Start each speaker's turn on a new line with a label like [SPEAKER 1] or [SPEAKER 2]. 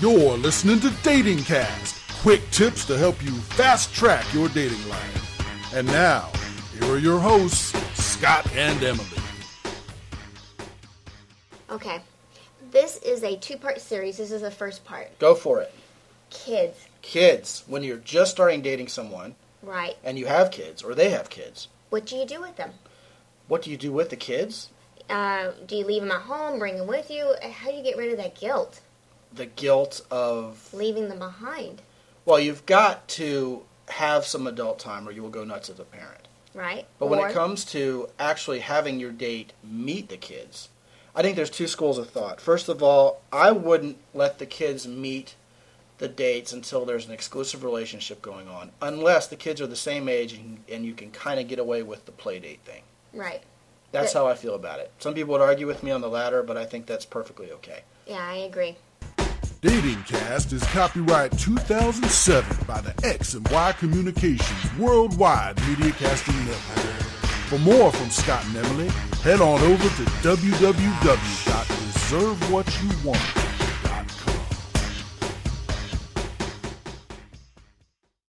[SPEAKER 1] You're listening to Dating Cast. Quick tips to help you fast track your dating life. And now, here are your hosts, Scott and Emily.
[SPEAKER 2] Okay. This is a two part series. This is the first part.
[SPEAKER 3] Go for it.
[SPEAKER 2] Kids,
[SPEAKER 3] Kids, when you're just starting dating someone
[SPEAKER 2] right?
[SPEAKER 3] and you have kids or they have kids,
[SPEAKER 2] What do you do with them?
[SPEAKER 3] what do you do with the kids?
[SPEAKER 2] Uh, do you leave them at home, bring them with you? How do you get rid of that guilt?
[SPEAKER 3] The guilt of,
[SPEAKER 2] Leaving them behind,
[SPEAKER 3] well, you've got to have some adult time or you will go nuts as a parent.
[SPEAKER 2] right?
[SPEAKER 3] But when
[SPEAKER 2] Or-
[SPEAKER 3] it comes to actually having your date meet the kids, I think there's two schools of thought. First of all, I wouldn't let the kids meet the dates until there's an exclusive relationship going on, unless the kids are the same age and, and you can kind of get away with the play date thing.
[SPEAKER 2] Right.
[SPEAKER 3] That's
[SPEAKER 2] But-
[SPEAKER 3] how I feel about it. Some people would argue with me on the latter, but I think that's perfectly okay.
[SPEAKER 2] Yeah, I agree.
[SPEAKER 1] Dating Cast is copyright 2007 by the X and Y Communications Worldwide Media Casting Network. For more from Scott and Emily, head on over to www.deservewhatyouwant.com.